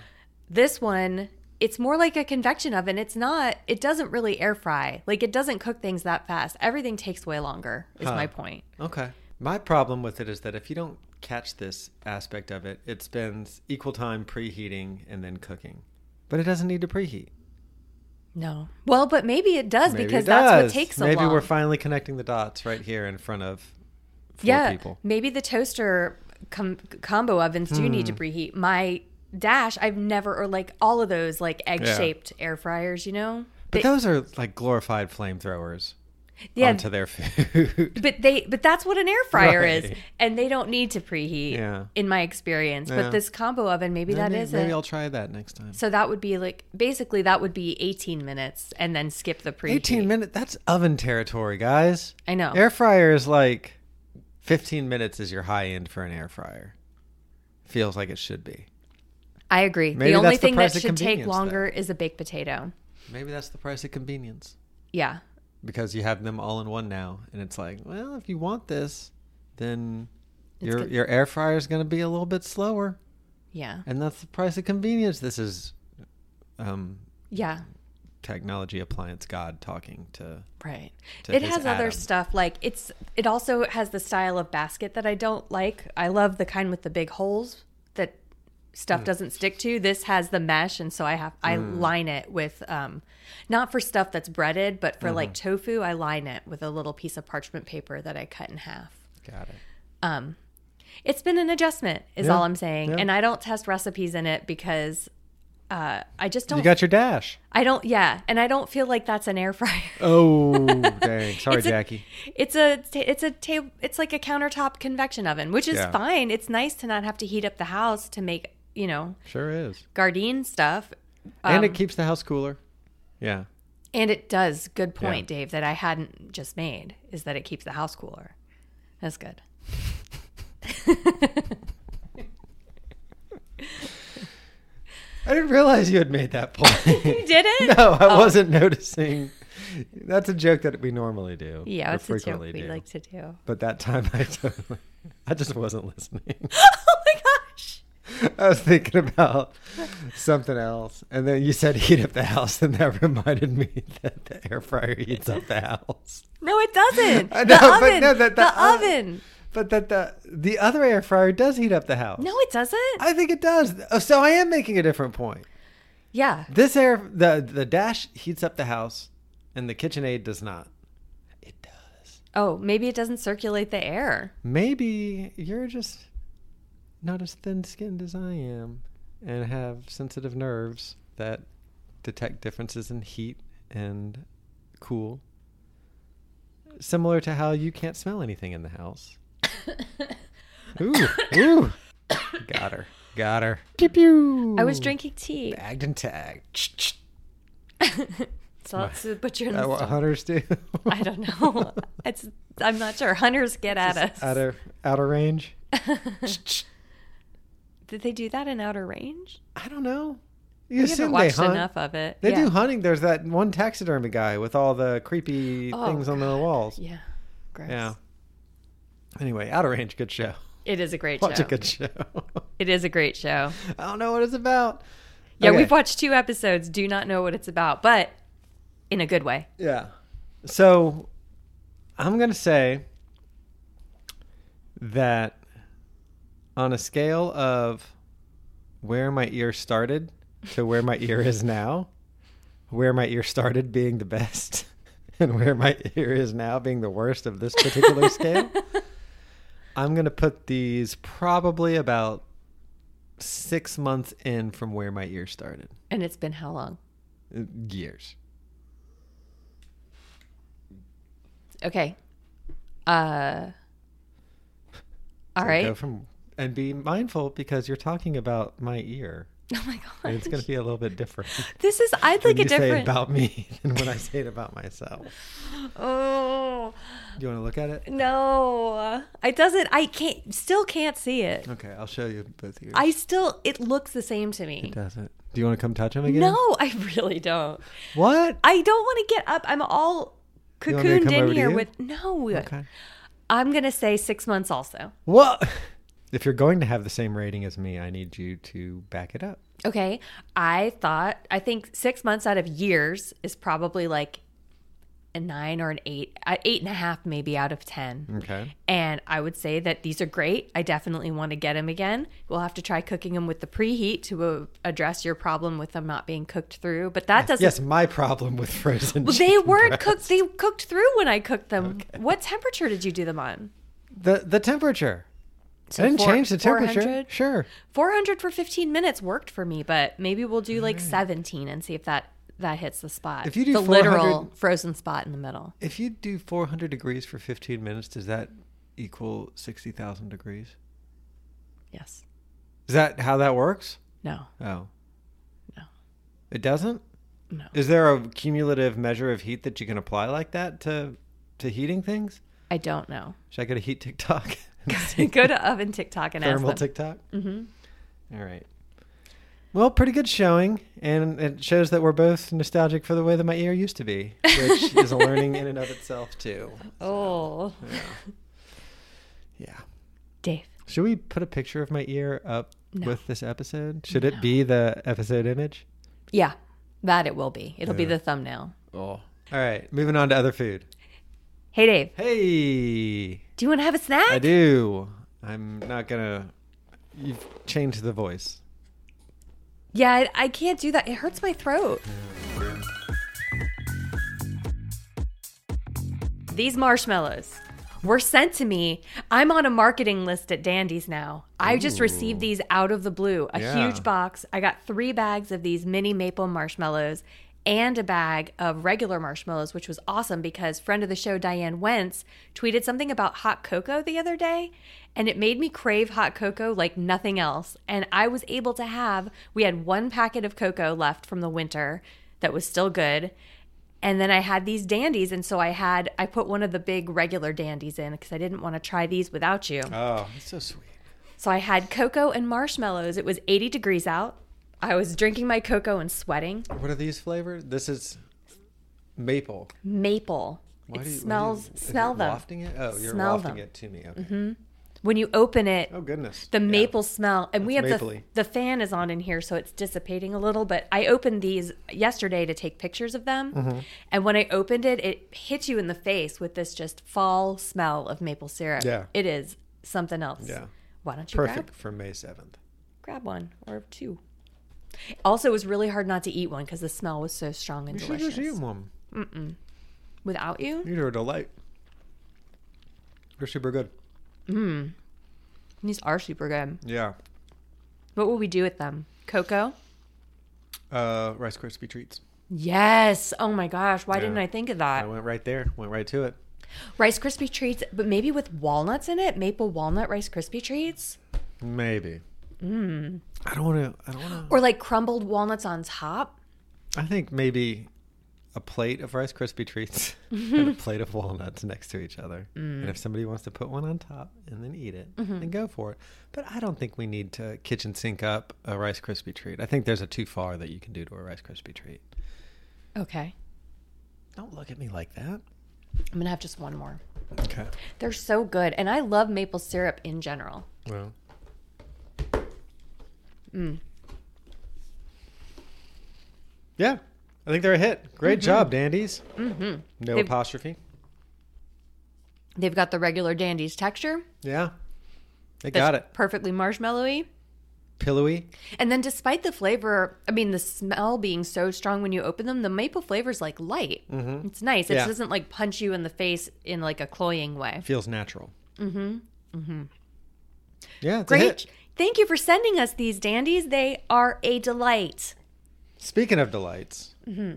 B: This one, it's more like a convection oven. It's not, it doesn't really air fry. Like it doesn't cook things that fast. Everything takes way longer, is my point.
C: Okay. My problem with it is that if you don't catch this aspect of it, it spends equal time preheating and then cooking. But it doesn't need to preheat.
B: No. Well, but maybe it does
C: Maybe it
B: because that's what
C: does.
B: takes so
C: Maybe
B: long.
C: we're finally connecting the dots right here in front of four
B: yeah,
C: people.
B: Maybe the toaster com- combo ovens do need to
C: Hmm.
B: preheat. My dash, I've never, or like all of those like egg shaped air fryers, you know?
C: But
B: They-
C: those are like glorified flamethrowers
B: yeah,
C: onto their food.
B: but they but that's what an air fryer is
C: Right.
B: and they don't need to preheat
C: Yeah.
B: in my experience
C: Yeah.
B: but this combo oven maybe, that
C: maybe,
B: is
C: maybe
B: it.
C: I'll try that next time.
B: So that would be like basically that would be 18 minutes and then skip the preheat.
C: 18 minutes. That's oven territory, guys.
B: I know.
C: Air fryer is like 15 minutes is your high end for an air fryer. Feels like it should be.
B: I agree.
C: Maybe
B: the only
C: that's the
B: thing that
C: price of
B: should take
C: convenience,
B: longer is a baked potato.
C: Maybe that's the price of convenience.
B: Yeah.
C: because you have them all in one now and it's like well if you want this then your your air fryer is going to be a little bit slower,
B: Yeah.
C: and that's the price of convenience. This is um,
B: Yeah.
C: technology appliance god talking to.
B: Right.
C: to
B: It
C: his
B: has other
C: atom.
B: stuff like it's it also has the style of basket that I don't like. I love the kind with the big holes that
C: Mm.
B: stuff doesn't stick to. This has the mesh and so I have I line it with um not for stuff that's breaded, but for like
C: Mm-hmm.
B: tofu, I line it with a little piece of parchment paper that I cut in half.
C: Got it.
B: It's been an adjustment is
C: Yeah.
B: all I'm saying.
C: Yeah.
B: And I don't test recipes in it because uh, I just don't.
C: You got your dash.
B: I don't. Yeah, and I don't feel like that's an air fryer.
C: Oh, dang! Sorry,
B: It's a-
C: Jackie.
B: It's a ta- it's a table it's like a countertop convection oven, which is
C: Yeah.
B: fine. It's nice to not have to heat up the house to make you know
C: Sure is.
B: Gardein stuff,
C: and
B: Um,
C: it keeps the house cooler. Yeah.
B: and it does. Good point,
C: Yeah.
B: Dave, that I hadn't just made is that it keeps the house cooler. That's good.
C: I didn't realize you had made that point.
B: You did it?
C: no, I wasn't noticing. That's a joke that we normally do.
B: Yeah,
C: or
B: it's a joke
C: frequently
B: we
C: do.
B: like to do.
C: But that time I totally, I just wasn't listening.
B: Oh my gosh!
C: I was thinking about something else, and then you said heat up the house, and that reminded me that the air fryer heats up the house.
B: No, it doesn't.
C: I
B: the
C: know, but
B: oven.
C: no, that-
B: the
C: that- uh,
B: oven.
C: But that the the other air fryer does heat up the house.
B: No, it doesn't.
C: I think it does. Oh, So I am making a different point.
B: yeah.
C: This air the the dash heats up the house, and the KitchenAid does not. It does.
B: Oh, maybe it doesn't circulate the air.
C: Maybe you're just not as thin skinned as I am and have sensitive nerves that detect differences in heat and cool. Similar to how you can't smell anything in the house. ooh, ooh. Got her. Got her. Pew pew.
B: I was drinking tea.
C: Bagged and tagged.
B: So that's to put you in
C: That's
B: the
C: what hunters do.
B: I don't know. It's I'm not sure. Hunters get at us.
C: out of out of range.
B: Did they do that in Outer Range?
C: I don't know. You
B: I haven't
C: assume
B: watched
C: they hunt.
B: enough of it.
C: They
B: yeah.
C: do hunting. There's that one taxidermy guy with all the creepy
B: Oh,
C: things on the walls.
B: Yeah. Gross.
C: Yeah. Anyway, Outer Range, good show.
B: It is a great
C: Watch
B: show.
C: a good show.
B: It is a great show.
C: I don't know what it's about.
B: Yeah,
C: Okay.
B: we've watched two episodes. Do not know what it's about, but in a good way.
C: Yeah. So I'm going to say that on a scale of where my ear started to where my ear is now, where my ear started being the best and where my ear is now being the worst of this particular scale, I'm going to put these probably about six months in from where my ear started.
B: And it's been how long?
C: Uh, Years.
B: Okay. Uh all
C: So Go
B: right.
C: from and be mindful because you're talking about my ear.
B: Oh my
C: And
B: god.
C: it's going to be a little bit different
B: This is I'd
C: when
B: like a
C: you say it
B: different
C: about me than when I say it about myself.
B: Oh
C: You want to look at it?
B: no. It doesn't I can't still can't see it.
C: Okay, I'll show you both ears.
B: I still it looks the same to me.
C: Does it? Do you want to come touch them again?
B: No, I really don't.
C: What?
B: I don't want to get up. I'm all
C: You want me
B: cocooned
C: to come over
B: in
C: to
B: here
C: you?
B: with no.
C: Okay.
B: I'm gonna say six months also.
C: What? If you're going to have the same rating as me, I need you to back it up.
B: Okay. I thought I think six months out of years is probably like a nine or an eight, uh, eight and a half maybe out of ten.
C: Okay.
B: And I would say that these are great. I definitely want to get them again. We'll have to try cooking them with the preheat to uh, address your problem with them not being cooked through. But that doesn't
C: Yes, my problem with frozen.
B: Well, they
C: chicken
B: weren't
C: breast.
B: cooked. They cooked through when I cooked them. What temperature did you do them on?
C: The the temperature. I didn't
B: four-
C: change the temperature.
B: 400?
C: Sure.
B: 400 for 15 minutes worked for me, but maybe we'll do like 17 and see if that that hits the spot.
C: If you do
B: the literal
C: 400
B: frozen spot in the middle.
C: If you do 400 degrees for 15 minutes, does that equal 60,000 degrees?
B: Yes.
C: Is that how that works?
B: No.
C: Oh.
B: No.
C: It doesn't?
B: No.
C: Is there a cumulative measure of heat that you can apply like that to to heating things?
B: I don't know.
C: Should I get a heat TikTok?
B: Go to oven TikTok and ask
C: Thermal
B: them.
C: TikTok? Mm-hmm. All right. Well, pretty good showing, and it shows that we're both nostalgic for the way that my ear used to be, which is a learning in and of itself, too.
B: oh.
C: Yeah.
B: Dave.
C: Should we put a picture of my ear up with this episode? Should it be the episode image?
B: Yeah, that it will be. It'll be the thumbnail.
C: Oh. All right, moving on to other food.
B: Hey, Dave,
C: Hey,
B: do you want to have a snack?
C: I do. I'm not gonna. You've changed the voice.
B: Yeah, I, I can't do that. It hurts my throat. These marshmallows were sent to me. I'm on a marketing list at Dandy's now. I just received these out of the blue, a
C: Yeah.
B: huge box. I got three bags of these mini maple marshmallows and a bag of regular marshmallows, which was awesome because friend of the show Diane Wentz tweeted something about hot cocoa the other day, and it made me crave hot cocoa like nothing else. And I was able to have we had one packet of cocoa left from the winter that was still good. And then I had these dandies, and so I had I put one of the big regular dandies in because I didn't want to try these without you.
C: Oh, that's so sweet.
B: So I had cocoa and marshmallows. It was 80 degrees out. I was drinking my cocoa and sweating.
C: What are these flavored? This is maple.
B: Maple.
C: Why
B: it
C: do you- why do you-
B: smells.
C: is
B: smell
C: it
B: them.
C: Wafting it? Oh, you're
B: Smell
C: wafting
B: them.
C: it to me. Okay.
B: When you open it,
C: Oh goodness.
B: the
C: Yeah.
B: maple smell, and we have
C: That's
B: the,
C: mapley.
B: the fan is on in here, so it's dissipating a little. But I opened these yesterday to take pictures of them,
C: Mm-hmm.
B: and when I opened it, it hit you in the face with this just fall smell of maple syrup.
C: Yeah.
B: it is something else.
C: Yeah.
B: why don't you grab
C: Perfect for May seventh.
B: grab one or two? Also, it was really hard not to eat one because the smell was so strong and
C: You should
B: delicious.
C: just eat one.
B: Without you,
C: These are a delight. They're super good.
B: these are super good.
C: Yeah.
B: What will we do with them? Cocoa.
C: Uh, Rice Krispie treats.
B: Yes. Oh my gosh. Why didn't I think of that?
C: I went right there. Went right to it.
B: Rice Krispie treats, but maybe with walnuts in it. Maple walnut Rice Krispie treats,
C: Maybe. Mm. I don't want to. I don't want
B: or like crumbled walnuts on top.
C: to. I think maybe a plate of Rice Krispie treats and a plate of walnuts next to each other. And if somebody wants to put one on top and then eat it, then go for it. But I don't think we need to kitchen sink up a Rice Krispie treat. I think there's a too far that you can do to a Rice Krispie treat.
B: Okay,
C: Don't look at me like that.
B: I'm gonna have just one more.
C: Okay.
B: They're so good, and I love maple syrup in general.
C: Well. Yeah, I think they're a hit. Great job, Dandies. Mm-hmm. No
B: They've-
C: apostrophe.
B: They've got the regular dandy's texture.
C: Yeah, they
B: that's
C: got it.
B: Perfectly marshmallowy.
C: Pillowy.
B: And then, despite the flavor, I mean, the smell being so strong when you open them, the maple flavor's like light. It's nice. It
C: Mm-hmm. Yeah.
B: doesn't like punch you in the face in like a cloying way.
C: Feels natural. Mm-hmm. Mm-hmm. Yeah, it's a
B: Great.
C: hit.
B: Thank you for sending us these dandies. They are a delight.
C: Speaking of delights,
B: Mm-hmm.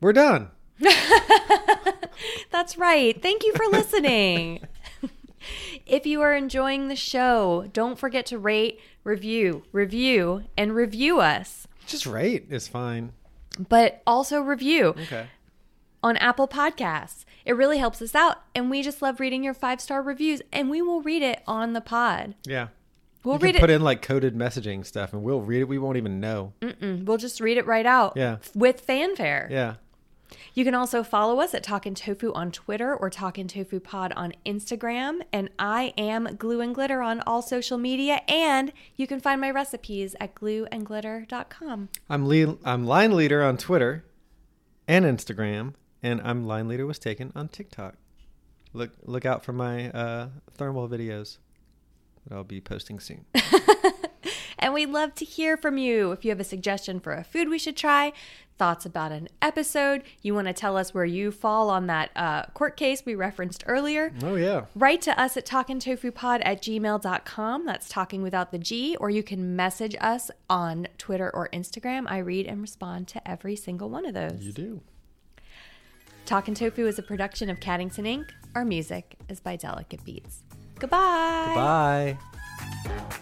C: we're done.
B: That's right. Thank you for listening. if you are enjoying the show, don't forget to rate, review, review, and review us.
C: Just rate is fine.
B: But also review
C: Okay.
B: on Apple Podcasts. It really helps us out. And we just love reading your five star reviews, and we will read it on the pod.
C: Yeah.
B: We'll
C: you can
B: read it.
C: put in like coded messaging stuff, and we'll read it. We won't even know.
B: Mm. We'll just read it right out
C: Yeah.
B: with fanfare.
C: Yeah.
B: You can also follow us at Talkin' Tofu on Twitter or Talkin' Tofu Pod on Instagram. And I am Glue and Glitter on all social media. And you can find my recipes at glueandglitter.com.
C: I'm le- I'm line leader on Twitter and Instagram, and I'm line leader was taken on TikTok. Look look out for my uh, thermal videos that I'll be posting soon.
B: And we'd love to hear from you. If you have a suggestion for a food we should try, thoughts about an episode, you want to tell us where you fall on that uh, court case we referenced earlier,
C: oh yeah,
B: Write to us at talkingtofupod at gmail.com. That's talking without the G, or you can message us on Twitter or Instagram. I read and respond to every single one of those.
C: you do.
B: Talking Tofu is a production of Caddington Inc. Our music is by Delicate Beats. Goodbye.
C: Bye.